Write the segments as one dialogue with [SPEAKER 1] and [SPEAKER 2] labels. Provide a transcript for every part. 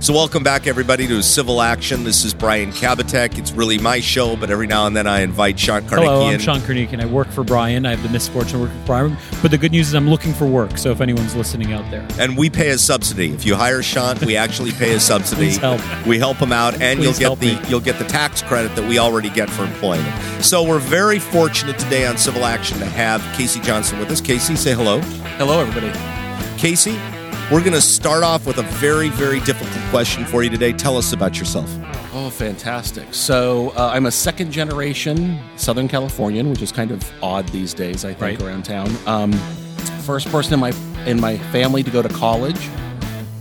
[SPEAKER 1] So, welcome back, everybody, to Civil Action. This is Brian Kabatek. It's really my show, but every now and then I invite Sean Carnegie
[SPEAKER 2] Hello,
[SPEAKER 1] in.
[SPEAKER 2] I'm Sean Kernick, and I work for Brian. I have the misfortune of working for Brian. But the good news is I'm looking for work, so if anyone's listening out there.
[SPEAKER 1] and we pay a subsidy. If you hire Sean, we actually pay a subsidy.
[SPEAKER 2] Please help.
[SPEAKER 1] We help him out, and
[SPEAKER 2] Please
[SPEAKER 1] you'll
[SPEAKER 2] help
[SPEAKER 1] get the
[SPEAKER 2] me.
[SPEAKER 1] you'll get the tax credit that we already get for employment. So we're very fortunate today on Civil Action to have Casey Johnson with us. Casey, say hello.
[SPEAKER 3] Hello, everybody.
[SPEAKER 1] Casey, we're going to start off with a very very difficult question for you today. Tell us about yourself.
[SPEAKER 3] Oh, fantastic. So, uh, I'm a second generation Southern Californian, which is kind of odd these days, I think,
[SPEAKER 2] Right.
[SPEAKER 3] around town. Um, first person in my in my family to go to college,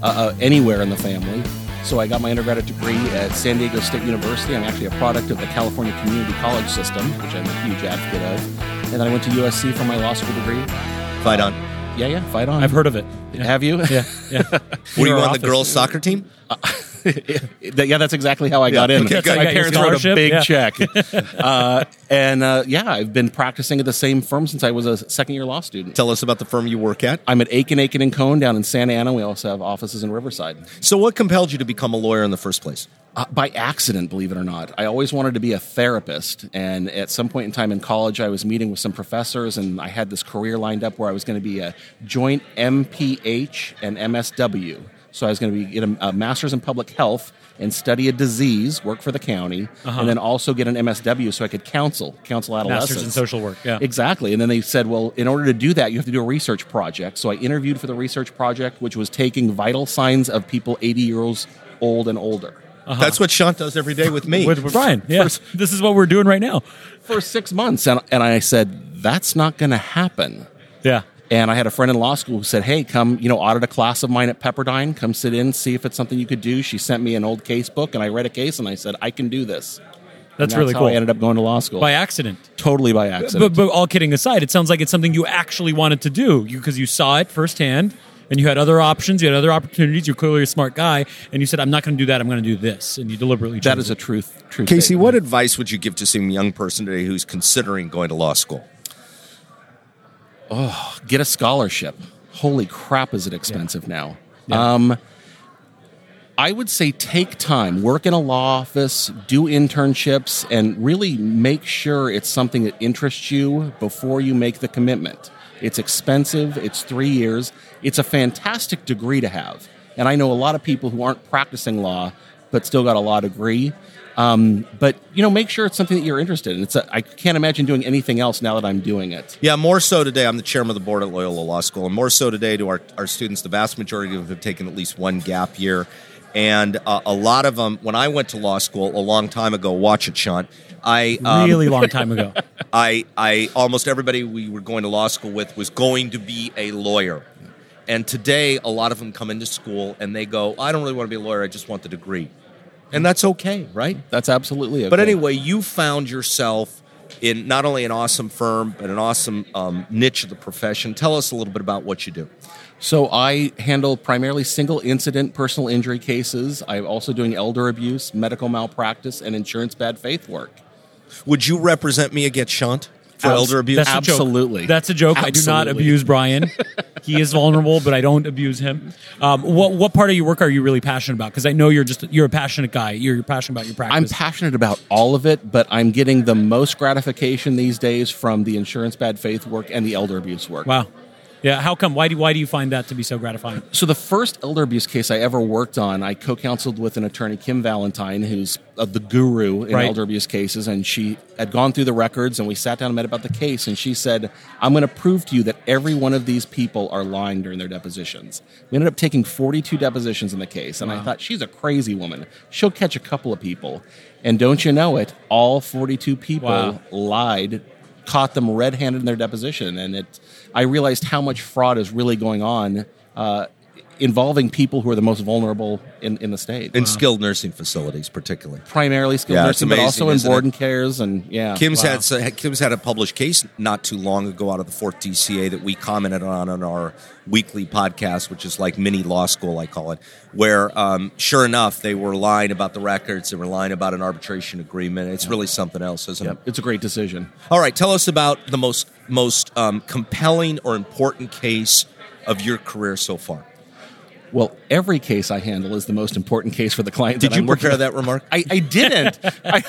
[SPEAKER 3] uh, uh, anywhere in the family. So, I got my undergraduate degree at San Diego State University. I'm actually a product of the California Community College System, which I'm a huge advocate of. And then I went to USC for my law school degree.
[SPEAKER 1] Fight on.
[SPEAKER 3] Yeah, yeah, fight on.
[SPEAKER 2] I've heard of it.
[SPEAKER 3] Have you?
[SPEAKER 2] Yeah, yeah.
[SPEAKER 1] Were
[SPEAKER 2] Your
[SPEAKER 1] you on the
[SPEAKER 2] office.
[SPEAKER 1] girls' soccer team?
[SPEAKER 3] yeah, that's exactly how I got in.
[SPEAKER 1] okay, That's good. how
[SPEAKER 3] My
[SPEAKER 1] you
[SPEAKER 2] got
[SPEAKER 3] parents
[SPEAKER 2] your
[SPEAKER 3] wrote a
[SPEAKER 2] scholarship,
[SPEAKER 3] big
[SPEAKER 2] yeah.
[SPEAKER 3] check, uh, and uh, yeah, I've been practicing at the same firm since I was a second year law student.
[SPEAKER 1] Tell us about the firm you work at.
[SPEAKER 3] I'm at Aiken, Aiken and Cone down in Santa Ana. We also have offices in Riverside.
[SPEAKER 1] So, what compelled you to become a lawyer in the first place?
[SPEAKER 3] Uh, by accident, believe it or not, I always wanted to be a therapist. And at some point in time in college, I was meeting with some professors, and I had this career lined up where I was going to be a joint MPH and MSW. So I was going to be get a, a master's in public health and study a disease, work for the county, and then also get an MSW so I could counsel, counsel adolescents.
[SPEAKER 2] Uh-huh. Masters in social work. Yeah.
[SPEAKER 3] Exactly. And then they said, well, in order to do that, you have to do a research project. So I interviewed for the research project, which was taking vital signs of people 80 years old and older.
[SPEAKER 1] That's what Sean does every day with me.
[SPEAKER 2] Uh-huh. With, with Brian. Yeah. this is what we're doing right now.
[SPEAKER 3] for six months. And, and I said, that's not going to happen.
[SPEAKER 2] Yeah.
[SPEAKER 3] And I had a friend in law school who said, hey, come, you know, audit a class of mine at Pepperdine. Come sit in, see if it's something you could do. She sent me an old case book and I read a case and I said, I can do this. And
[SPEAKER 2] That's, really
[SPEAKER 3] how
[SPEAKER 2] cool.
[SPEAKER 3] I ended up going to law school.
[SPEAKER 2] By accident.
[SPEAKER 3] totally by accident.
[SPEAKER 2] But, but all kidding aside, it sounds like it's something you actually wanted to do because you, saw it firsthand and you had other options, you had other opportunities. You're clearly a smart guy, and you said, I'm not going to do that, I'm going to do this. And you deliberately
[SPEAKER 3] that
[SPEAKER 2] chose
[SPEAKER 3] is a
[SPEAKER 2] it.
[SPEAKER 3] truth. truth
[SPEAKER 1] Casey,
[SPEAKER 3] statement.
[SPEAKER 1] what advice would you give to some young person today who's considering going to law school?
[SPEAKER 3] get a scholarship. Holy crap, is it expensive now?
[SPEAKER 2] Yeah.
[SPEAKER 3] Um, I would say take time, work in a law office, do internships, and really make sure it's something that interests you before you make the commitment. It's expensive, it's three years, it's a fantastic degree to have. And I know a lot of people who aren't practicing law but still got a law degree. Um, but you know, make sure it's something that you're interested in. It's a, I can't imagine doing anything else now that I'm doing it.
[SPEAKER 1] Yeah, more so today. I'm the chairman of the board at Loyola Law School, and more so today to our, our students, the vast majority of them have taken at least one gap year. And uh, a lot of them, when I went to law school a long time ago, watch it, Sean. I um,
[SPEAKER 2] really long time ago.
[SPEAKER 1] I, I almost everybody we were going to law school with was going to be a lawyer. And today, a lot of them come into school and they go, I don't really want to be a lawyer, I just want the degree. And that's okay, right?
[SPEAKER 3] That's absolutely it.
[SPEAKER 1] But anyway, you found yourself in not only an awesome firm, but an awesome um, niche of the profession. Tell us a little bit about what you do.
[SPEAKER 3] So I handle primarily single incident personal injury cases. I'm also doing elder abuse, medical malpractice, and insurance bad faith work.
[SPEAKER 1] Would you represent me against Shant for
[SPEAKER 3] Abs-
[SPEAKER 1] elder abuse?
[SPEAKER 2] That's a joke.
[SPEAKER 3] Absolutely.
[SPEAKER 2] That's a joke. I do not
[SPEAKER 3] Absolutely.
[SPEAKER 2] abuse Brian. he is vulnerable, but I don't abuse him. Um, what what part of your work are you really passionate about? Because I know you're just you're a passionate guy. You're, you're passionate about your
[SPEAKER 3] I'm
[SPEAKER 2] practice.
[SPEAKER 3] passionate about all of it, but I'm getting the most gratification these days from the insurance bad faith work and the elder abuse work.
[SPEAKER 2] wow. Yeah. How come? Why do why do you find that to be so gratifying?
[SPEAKER 3] So the first elder abuse case I ever worked on, I co-counseled with an attorney, Kim Valentine, who's uh, the guru in
[SPEAKER 2] Right.
[SPEAKER 3] elder abuse cases, and she had gone through the records, and we sat down and met about the case, and she said, "I'm going to prove to you that every one of these people are lying during their depositions." We ended up taking 42 depositions in the case, and I thought she's a crazy woman. She'll catch a couple of people, and don't you know it? All 42 people
[SPEAKER 2] Wow.
[SPEAKER 3] lied caught them red-handed in their deposition and it i realized how much fraud is really going on uh, involving people who are the most vulnerable in, in the state
[SPEAKER 2] Uh,
[SPEAKER 1] In skilled nursing facilities, particularly.
[SPEAKER 3] primarily skilled
[SPEAKER 1] Yeah, it's
[SPEAKER 3] nursing
[SPEAKER 1] amazing,
[SPEAKER 3] but also in
[SPEAKER 1] isn't
[SPEAKER 3] board
[SPEAKER 1] it?
[SPEAKER 3] and cares and yeah
[SPEAKER 1] Kim's
[SPEAKER 2] Wow.
[SPEAKER 1] had so- Kim's had a published case not too long ago out of the Fourth DCA that we commented on on our weekly podcast, which is like mini law school, I call it. Where, um, sure enough, they were lying about the records, they were lying about an arbitration agreement. It's really something else, isn't
[SPEAKER 3] Yep,
[SPEAKER 1] it?
[SPEAKER 3] it's a great decision
[SPEAKER 1] All right, tell us about the most most um, compelling or important case of your career so far.
[SPEAKER 3] Well, every case I handle is the most important case for the client.
[SPEAKER 1] Did
[SPEAKER 3] that
[SPEAKER 1] you
[SPEAKER 3] I'm working
[SPEAKER 1] prepare that
[SPEAKER 3] with.
[SPEAKER 1] remark?
[SPEAKER 3] I, I didn't. I,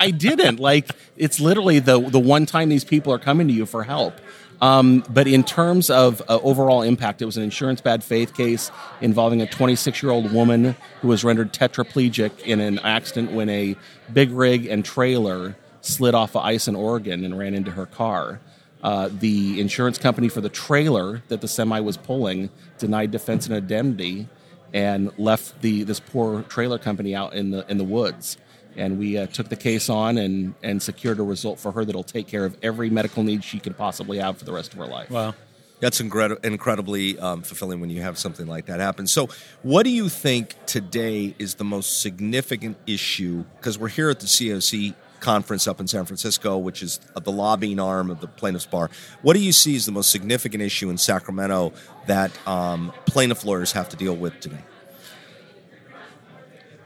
[SPEAKER 3] I didn't. Like it's literally the the one time these people are coming to you for help. Um, but in terms of uh, overall impact, it was an insurance bad faith case involving a 26 year old woman who was rendered tetraplegic in an accident when a big rig and trailer slid off of ice in Oregon and ran into her car. Uh, the insurance company for the trailer that the semi was pulling denied defense and indemnity and left the this poor trailer company out in the in the woods. And we uh, took the case on and and secured a result for her that'll take care of every medical need she could possibly have for the rest of her life.
[SPEAKER 2] Wow.
[SPEAKER 1] That's incredi- incredibly um, fulfilling when you have something like that happen. So, what do you think today is the most significant issue? Because we're here at the COC conference up in San Francisco, which is the lobbying arm of the plaintiffs' bar. What do you see as the most significant issue in Sacramento that um, plaintiff lawyers have to deal with today?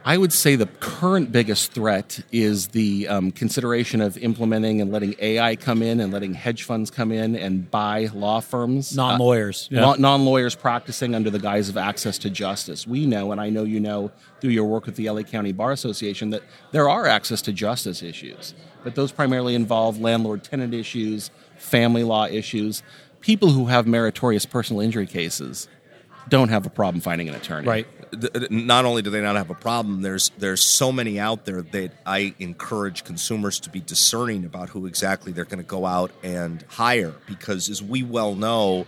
[SPEAKER 3] I would say the current biggest threat is the um, consideration of implementing and letting AI come in and letting hedge funds come in and buy law firms. Uh,
[SPEAKER 2] Non lawyers. Yeah.
[SPEAKER 3] non lawyers practicing under the guise of access to justice. We know, and I know you know through your work with the LA County Bar Association, that there are access to justice issues, but those primarily involve landlord tenant issues, family law issues. People who have meritorious personal injury cases don't have a problem finding an attorney.
[SPEAKER 2] right.
[SPEAKER 1] th- th- not only do they not have a problem, there's there's so many out there that I encourage consumers to be discerning about who exactly they're going to go out and hire because, as we well know,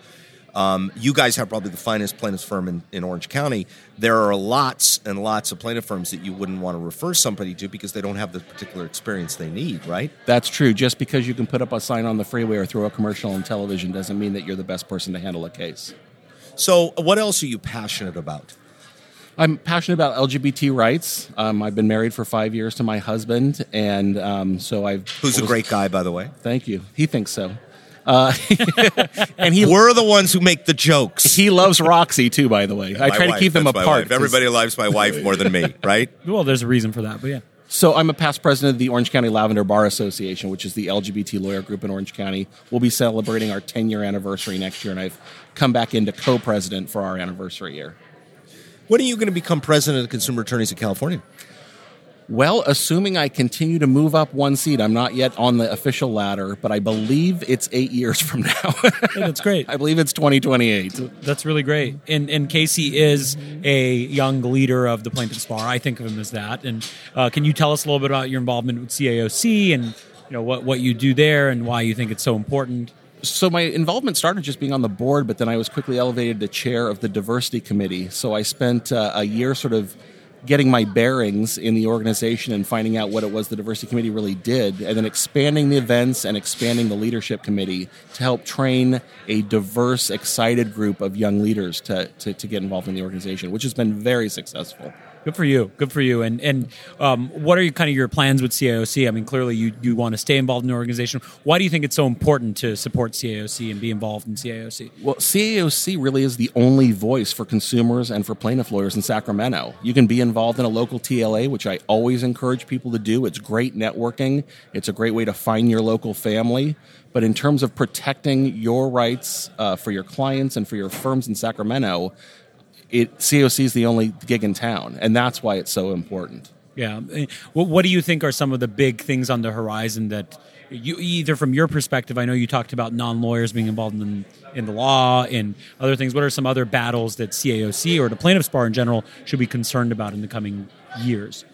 [SPEAKER 1] um, you guys have probably the finest plaintiffs firm in, in Orange County. There are lots and lots of plaintiff firms that you wouldn't want to refer somebody to because they don't have the particular experience they need, right?
[SPEAKER 3] That's true. Just because you can put up a sign on the freeway or throw a commercial on television doesn't mean that you're the best person to handle a case.
[SPEAKER 1] So, what else are you passionate about?
[SPEAKER 3] I'm passionate about LGBT rights. Um, I've been married for five years to my husband, and um, so I've.
[SPEAKER 1] Who's a great guy, by the way?
[SPEAKER 3] Thank you. He thinks so. Uh, and he
[SPEAKER 1] We're the ones who make the jokes.
[SPEAKER 3] he loves Roxy too. By the way, I
[SPEAKER 1] My
[SPEAKER 3] try to
[SPEAKER 1] wife,
[SPEAKER 3] keep them
[SPEAKER 1] that's my
[SPEAKER 3] apart.
[SPEAKER 1] wife.
[SPEAKER 3] 'cause-
[SPEAKER 1] Everybody loves my wife more than me, right?
[SPEAKER 2] Well, there's a reason for that, but yeah.
[SPEAKER 3] So I'm a past president of the Orange County Lavender Bar Association, which is the LGBT lawyer group in Orange County. We'll be celebrating our 10 year anniversary next year, and I've come back into co-president for our anniversary year.
[SPEAKER 1] When are you going to become president of Consumer Attorneys of California?
[SPEAKER 3] Well, assuming I continue to move up one seat, I'm not yet on the official ladder, but I believe it's eight years from now.
[SPEAKER 2] Yeah, that's great.
[SPEAKER 3] I believe it's 2028.
[SPEAKER 2] That's really great. And and Casey is a young leader of the plaintiffs bar. I think of him as that. And uh, can you tell us a little bit about your involvement with CAOC and you know what what you do there and why you think it's so important?
[SPEAKER 3] so my involvement started just being on the board, but then I was quickly elevated to chair of the diversity committee. So I spent uh, a year sort of getting my bearings in the organization and finding out what it was the diversity committee really did, and then expanding the events and expanding the leadership committee to help train a diverse, excited group of young leaders to, to, to get involved in the organization, which has been very successful.
[SPEAKER 2] Good for you. Good for you. And and um, what are your kind of your plans with CAOC? I mean, clearly you you want to stay involved in the organization. Why do you think it's so important to support CAOC and be involved in CAOC?
[SPEAKER 3] Well, CAOC really is the only voice for consumers and for plaintiff lawyers in Sacramento. You can be involved in a local TLA, which I always encourage people to do. It's great networking, it's a great way to find your local family. But in terms of protecting your rights uh, for your clients and for your firms in Sacramento, it, CAOC is the only gig in town, and that's why it's so important.
[SPEAKER 2] Yeah. Eh, What, what do you think are some of the big things on the horizon that you either from your perspective? I know you talked about non lawyers being involved in in the law and other things. What are some other battles that CAOC or the plaintiffs bar in general should be concerned about in the coming years?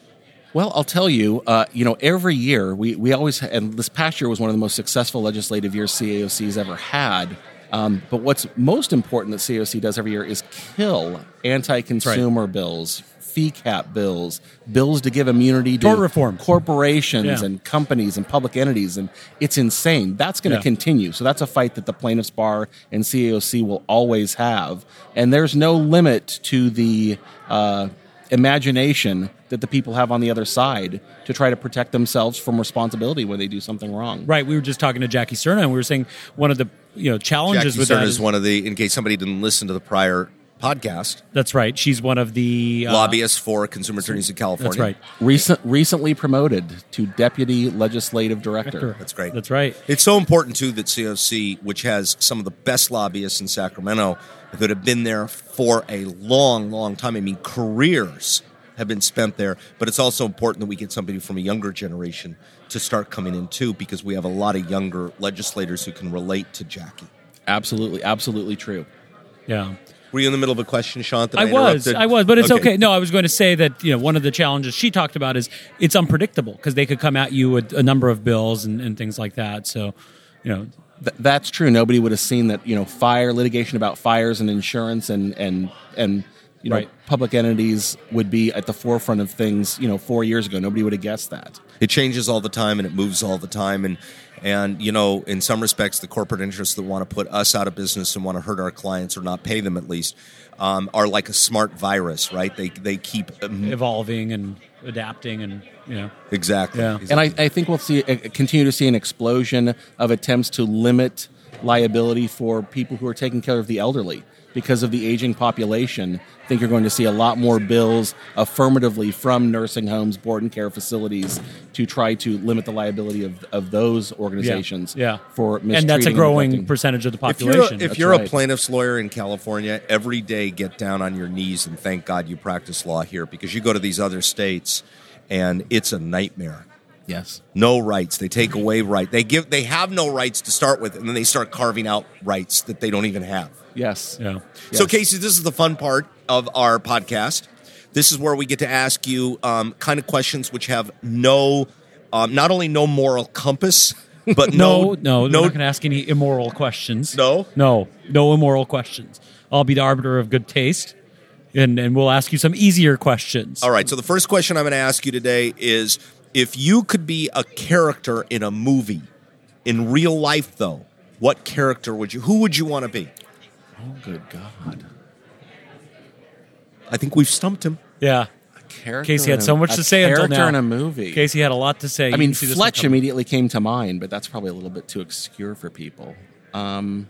[SPEAKER 3] Well, I'll tell you, uh, you know, every year we, we always, and this past year was one of the most successful legislative years CAOC's ever had. Um, but what's most important that CAOC does every year is kill anti consumer bills, fee cap bills, bills to give immunity to
[SPEAKER 2] Tort reform.
[SPEAKER 3] corporations
[SPEAKER 2] Yeah.
[SPEAKER 3] and companies and public entities. And it's insane. That's going to
[SPEAKER 2] Yeah.
[SPEAKER 3] continue. So that's a fight that the plaintiffs bar and CAOC will always have. And there's no limit to the uh, imagination that the people have on the other side to try to protect themselves from responsibility when they do something wrong.
[SPEAKER 2] Right. We were just talking to Jackie Cerna and we were saying one of the you know challenges
[SPEAKER 1] Jackie
[SPEAKER 2] with
[SPEAKER 1] Stern
[SPEAKER 2] that
[SPEAKER 1] is one of the. In case somebody didn't listen to the prior podcast,
[SPEAKER 2] That's right. She's one of the uh,
[SPEAKER 1] lobbyist for Consumer Attorneys of California.
[SPEAKER 2] That's right.
[SPEAKER 3] Recent, recently promoted to deputy legislative director.
[SPEAKER 1] That's great.
[SPEAKER 2] That's right.
[SPEAKER 1] It's so important too that COC, which has some of the best lobbyists in Sacramento that have been there for a long, long time. I mean, careers have been spent there. But it's also important that we get somebody from a younger generation to start coming in too, because we have a lot of younger legislators who can relate to Jackie.
[SPEAKER 3] Absolutely, absolutely true.
[SPEAKER 2] Yeah.
[SPEAKER 1] Were you in the middle of a question, Sean? that
[SPEAKER 2] I was,
[SPEAKER 1] interrupted?
[SPEAKER 2] I was, but it's okay. No, I was going to say that you know one of the challenges she talked about is it's unpredictable because they could come at you with a number of bills and, and things like that. So, you know,
[SPEAKER 3] Th- that's true. Nobody would have seen that, you know, fire litigation about fires and insurance and and and you know,
[SPEAKER 2] Right.
[SPEAKER 3] public entities would be at the forefront of things, you know, 4 years ago. Nobody would have guessed that.
[SPEAKER 1] it changes all the time and it moves all the time and and you know in some respects the corporate interests that want to put us out of business and want to hurt our clients or not pay them at least um, are like a smart virus right they they keep um,
[SPEAKER 2] evolving and adapting and you know,
[SPEAKER 1] exactly
[SPEAKER 2] Yeah.
[SPEAKER 3] And I, I think we'll see uh, continue to see an explosion of attempts to limit liability for people who are taking care of the elderly because of the aging population. I think you're going to see a lot more bills affirmatively from nursing homes, board and care facilities to try to limit the liability of, of those
[SPEAKER 2] yeah,
[SPEAKER 3] organizations
[SPEAKER 2] yeah,
[SPEAKER 3] for mistreating
[SPEAKER 2] and that's a growing
[SPEAKER 3] neglecting.
[SPEAKER 2] percentage of the
[SPEAKER 1] if you're,
[SPEAKER 2] population.
[SPEAKER 1] a, if
[SPEAKER 3] that's
[SPEAKER 1] you're a
[SPEAKER 3] right.
[SPEAKER 1] plaintiff's lawyer in California, every day get down on your knees and thank God you practice law here because you go to these other states and it's a nightmare.
[SPEAKER 3] Yes.
[SPEAKER 1] no rights. They take away right. They give they have no rights to start with, and then they start carving out rights that they don't even have.
[SPEAKER 3] Yes.
[SPEAKER 2] yeah,
[SPEAKER 1] So,
[SPEAKER 3] Yes.
[SPEAKER 1] Casey, this is the fun part of our podcast. This is where we get to ask you um, kind of questions which have no, um, not only no moral compass, but
[SPEAKER 2] no,
[SPEAKER 1] no,
[SPEAKER 2] no, no,
[SPEAKER 1] no,
[SPEAKER 2] not going to ask any immoral questions.
[SPEAKER 1] No?
[SPEAKER 2] no, no immoral questions. I'll be the arbiter of good taste, and and we'll ask you some easier questions.
[SPEAKER 1] All right. So the first question I'm going to ask you today is if you could be a character in a movie, in real life though, what character would you? Who would you want to be?
[SPEAKER 3] Oh, good God.
[SPEAKER 1] I think we've stumped him.
[SPEAKER 2] Yeah,
[SPEAKER 3] A character
[SPEAKER 2] Casey
[SPEAKER 3] in
[SPEAKER 2] had
[SPEAKER 3] a-
[SPEAKER 2] so much
[SPEAKER 3] a
[SPEAKER 2] to say until
[SPEAKER 3] character
[SPEAKER 2] now.
[SPEAKER 3] in a movie.
[SPEAKER 2] Casey had a lot to say.
[SPEAKER 3] I mean,
[SPEAKER 2] see this one
[SPEAKER 3] Fletch
[SPEAKER 2] coming.
[SPEAKER 3] immediately came to mind, but that's probably a little bit too obscure for people. Um,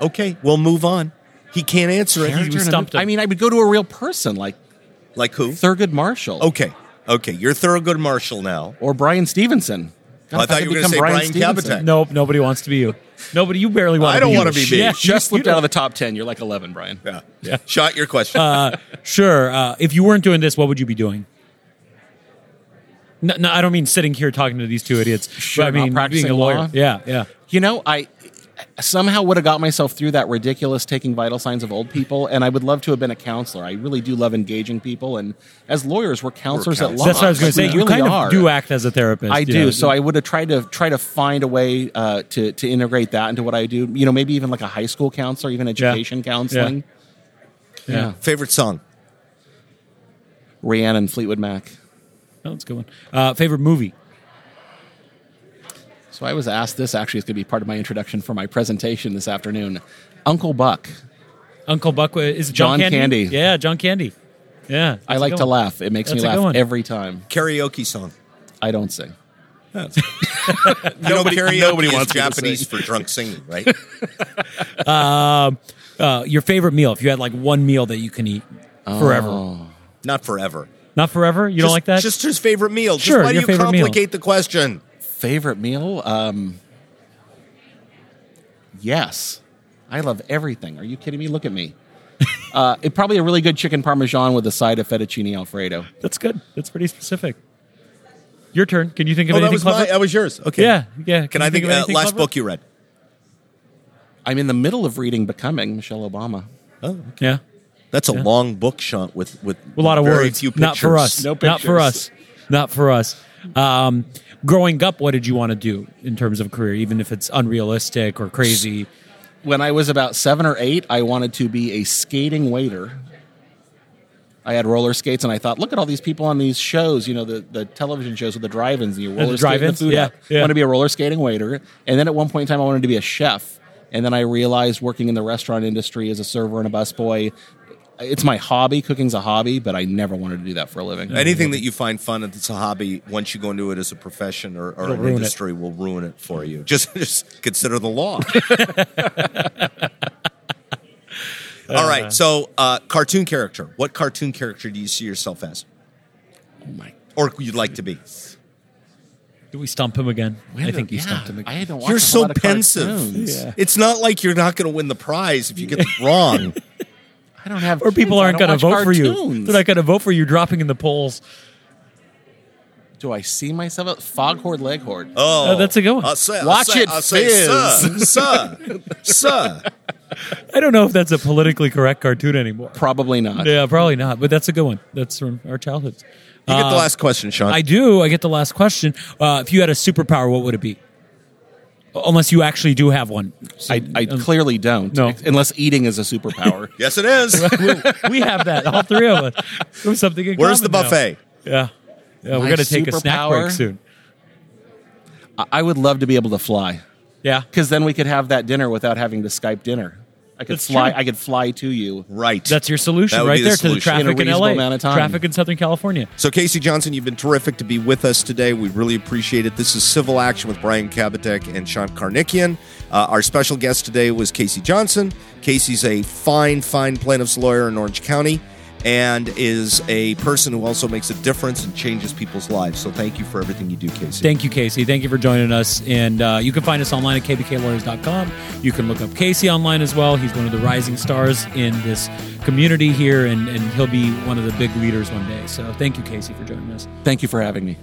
[SPEAKER 1] Okay, we'll move on. He can't answer it.
[SPEAKER 2] Character
[SPEAKER 3] character in a
[SPEAKER 2] stumped
[SPEAKER 3] movie-
[SPEAKER 2] him.
[SPEAKER 3] I mean, I would go to a real person like
[SPEAKER 1] Like who?
[SPEAKER 3] Thurgood Marshall
[SPEAKER 2] Oh.
[SPEAKER 1] Okay, okay. You're Thurgood Marshall now.
[SPEAKER 3] or Brian Stevenson. God,
[SPEAKER 1] I
[SPEAKER 3] if
[SPEAKER 1] thought you
[SPEAKER 3] could
[SPEAKER 1] were gonna
[SPEAKER 3] become
[SPEAKER 1] say Brian
[SPEAKER 3] Stevenson.
[SPEAKER 1] Kapitek.
[SPEAKER 2] Nope, nobody wants to be you. Nobody, you barely want.
[SPEAKER 1] I don't
[SPEAKER 2] to
[SPEAKER 1] wanna
[SPEAKER 2] be you.
[SPEAKER 1] be me.
[SPEAKER 2] Yeah,
[SPEAKER 1] Just
[SPEAKER 2] you-
[SPEAKER 3] Just slipped
[SPEAKER 2] you
[SPEAKER 3] out of the top 10. You're like 11, Brian.
[SPEAKER 1] Yeah, yeah. Shot your question.
[SPEAKER 2] don't- Sure. Uh, if you weren't doing this, what would you be doing? No, no, I don't mean sitting here talking to these two idiots. but
[SPEAKER 3] Sure,
[SPEAKER 2] I
[SPEAKER 3] not
[SPEAKER 2] mean
[SPEAKER 3] practicing
[SPEAKER 2] being a lawyer.
[SPEAKER 3] law?
[SPEAKER 2] Yeah, yeah.
[SPEAKER 3] You know, I somehow would have got myself through that ridiculous taking vital signs of old people, and I would love to have been a counselor. I really do love engaging people, and as lawyers, we're counselors, at
[SPEAKER 1] counselors.
[SPEAKER 3] law.
[SPEAKER 2] That's what I was going to say.
[SPEAKER 3] We
[SPEAKER 2] You
[SPEAKER 3] really
[SPEAKER 2] kind
[SPEAKER 3] are.
[SPEAKER 2] of do act as a therapist.
[SPEAKER 3] I
[SPEAKER 2] you
[SPEAKER 3] do.
[SPEAKER 2] know.
[SPEAKER 3] So I would have tried to try to find a way uh, to to integrate that into what I do. You know, maybe even like a high school counselor, even education
[SPEAKER 2] Yeah.
[SPEAKER 3] counseling. Yeah.
[SPEAKER 1] Favorite song?
[SPEAKER 3] Rhiannon Fleetwood Mac.
[SPEAKER 2] Oh, that's a good one. Uh, favorite movie?
[SPEAKER 3] So I was asked this actually is going to be part of my introduction for my presentation this afternoon. Uncle Buck.
[SPEAKER 2] Uncle Buck uh, is it John,
[SPEAKER 3] John Candy.
[SPEAKER 2] Yeah, John Candy. Yeah,
[SPEAKER 3] I
[SPEAKER 2] that's a
[SPEAKER 3] like
[SPEAKER 2] good
[SPEAKER 3] to
[SPEAKER 2] one.
[SPEAKER 3] laugh. It makes
[SPEAKER 2] That's a
[SPEAKER 3] me
[SPEAKER 2] good one.
[SPEAKER 3] laugh every time.
[SPEAKER 1] Karaoke song.
[SPEAKER 3] I don't sing.
[SPEAKER 1] Nobody, karaoke
[SPEAKER 3] nobody
[SPEAKER 1] is
[SPEAKER 3] wants me to
[SPEAKER 1] Japanese for drunk singing, right?
[SPEAKER 2] Uh, your favorite meal? If you had like one meal that you can eat
[SPEAKER 3] Oh.
[SPEAKER 2] forever,
[SPEAKER 1] Not forever.
[SPEAKER 2] not forever. You
[SPEAKER 1] just,
[SPEAKER 2] don't like that?
[SPEAKER 1] Just his favorite meal. Just
[SPEAKER 2] Sure,
[SPEAKER 1] why do
[SPEAKER 2] your
[SPEAKER 1] you
[SPEAKER 2] favorite meal.
[SPEAKER 1] complicate the question?
[SPEAKER 3] Favorite meal? Um, yes. I love everything. Are you kidding me? Look at me. uh, it probably a really good chicken parmesan with a side of fettuccine alfredo.
[SPEAKER 2] That's good. That's pretty specific. Your turn. Can you think of
[SPEAKER 1] Oh, that
[SPEAKER 2] anything
[SPEAKER 1] was
[SPEAKER 2] clever?
[SPEAKER 1] my, that was yours. Okay.
[SPEAKER 2] yeah, yeah.
[SPEAKER 1] Can I
[SPEAKER 2] you
[SPEAKER 1] think?
[SPEAKER 2] of
[SPEAKER 1] Uh,
[SPEAKER 2] anything
[SPEAKER 1] last
[SPEAKER 2] clever?
[SPEAKER 1] book you read.
[SPEAKER 3] I'm in the middle of reading Becoming Michelle Obama.
[SPEAKER 1] Oh,
[SPEAKER 2] Yeah,
[SPEAKER 1] that's a long book, Sean. With with
[SPEAKER 2] a lot of
[SPEAKER 1] very
[SPEAKER 2] words.
[SPEAKER 1] Few pictures.
[SPEAKER 2] Not for us.
[SPEAKER 3] No
[SPEAKER 2] Not for us.
[SPEAKER 3] pictures.
[SPEAKER 2] Not for us. Um, growing up, what did you want to do in terms of career, even if it's unrealistic or crazy?
[SPEAKER 3] When I was about seven or eight, I wanted to be a skating waiter. I had roller skates, and I thought, look at all these people on these shows, you know, the, the television shows with the drive-ins and you roller skate
[SPEAKER 2] drive-ins?
[SPEAKER 3] the food
[SPEAKER 2] Yeah,
[SPEAKER 3] up.
[SPEAKER 2] yeah.
[SPEAKER 3] I wanted to be a roller skating waiter. And then at one point in time, I wanted to be a chef. And then I realized working in the restaurant industry as a server and a busboy, it's my hobby. Cooking's a hobby, but I never wanted to do that for a living.
[SPEAKER 1] Anything that you find fun and it's a hobby, once you go into it as a profession or, or an
[SPEAKER 2] ruin it.
[SPEAKER 1] industry, will ruin it for you. Just just consider the law. All right. So, uh, cartoon character. What cartoon character do you see yourself as,
[SPEAKER 3] Oh my.
[SPEAKER 1] or you'd like to be?
[SPEAKER 2] Did we stump him again?
[SPEAKER 3] We
[SPEAKER 2] I
[SPEAKER 3] haven't-
[SPEAKER 2] think he
[SPEAKER 3] yeah,
[SPEAKER 2] stumped him
[SPEAKER 3] I
[SPEAKER 2] again.
[SPEAKER 3] haven't watched
[SPEAKER 1] You're
[SPEAKER 3] a
[SPEAKER 1] so
[SPEAKER 3] lot of
[SPEAKER 1] pensive.
[SPEAKER 3] cartoons.
[SPEAKER 2] Yeah.
[SPEAKER 1] It's not like you're not going to win the prize if you get it wrong.
[SPEAKER 3] I don't have.
[SPEAKER 2] Or people
[SPEAKER 3] kids. I
[SPEAKER 2] aren't
[SPEAKER 3] don't
[SPEAKER 2] going to vote
[SPEAKER 3] watch
[SPEAKER 2] for you.
[SPEAKER 3] cartoons.
[SPEAKER 2] They're not going to vote for you dropping in the polls.
[SPEAKER 3] Do I see myself? Foghorn Leghorn.
[SPEAKER 1] Oh,
[SPEAKER 2] Oh, that's a good one.
[SPEAKER 1] I say- I
[SPEAKER 3] Watch
[SPEAKER 1] say-
[SPEAKER 3] it
[SPEAKER 1] I say,
[SPEAKER 3] fizz.
[SPEAKER 1] sir, sir, sir.
[SPEAKER 2] I don't know if that's a politically correct cartoon anymore.
[SPEAKER 3] Probably not.
[SPEAKER 2] Yeah, probably not. But that's a good one. That's from our childhoods. Uh,
[SPEAKER 1] You get the last question, Sean.
[SPEAKER 2] I do. I get the last question. Uh, if you had a superpower, what would it be? Unless you actually do have one. So-
[SPEAKER 3] I, I clearly don't.
[SPEAKER 2] Um, No.
[SPEAKER 3] Ex- Unless eating is a superpower.
[SPEAKER 1] yes, it is.
[SPEAKER 2] we have that. All three of us. We have something in
[SPEAKER 1] Where's the
[SPEAKER 2] common now.
[SPEAKER 1] buffet?
[SPEAKER 2] Yeah. Yeah,
[SPEAKER 3] My
[SPEAKER 2] we're gonna take a snack
[SPEAKER 3] superpower?
[SPEAKER 2] break soon.
[SPEAKER 3] I- I would love to be able to fly
[SPEAKER 2] Yeah.
[SPEAKER 3] because then we could have that dinner without having to Skype dinner. I could
[SPEAKER 2] That's
[SPEAKER 3] fly.
[SPEAKER 2] true.
[SPEAKER 3] I could fly to you.
[SPEAKER 1] Right.
[SPEAKER 2] That's your solution
[SPEAKER 1] That would
[SPEAKER 2] right
[SPEAKER 1] be the
[SPEAKER 2] there to the
[SPEAKER 1] solution.
[SPEAKER 2] traffic
[SPEAKER 3] In a
[SPEAKER 2] in,
[SPEAKER 3] reasonable
[SPEAKER 2] LA.
[SPEAKER 3] amount of time.
[SPEAKER 2] Traffic in Southern California.
[SPEAKER 1] So, Casey Johnson, you've been terrific to be with us today. We really appreciate it. This is Civil Action with Brian Kabatek and Sean Karnikian. Uh, our special guest today was Casey Johnson. Casey's a fine, fine plaintiff's lawyer in Orange County and is a person who also makes a difference and changes people's lives. So, thank you for everything you do, Casey.
[SPEAKER 2] Thank you, Casey. Thank you for joining us. And uh, you can find us online at kbklawyers.com. You can look up Casey online as well. He's one of the rising stars in this community here, and, and he'll be one of the big leaders one day. So thank you, Casey, for joining us.
[SPEAKER 3] Thank you for having me.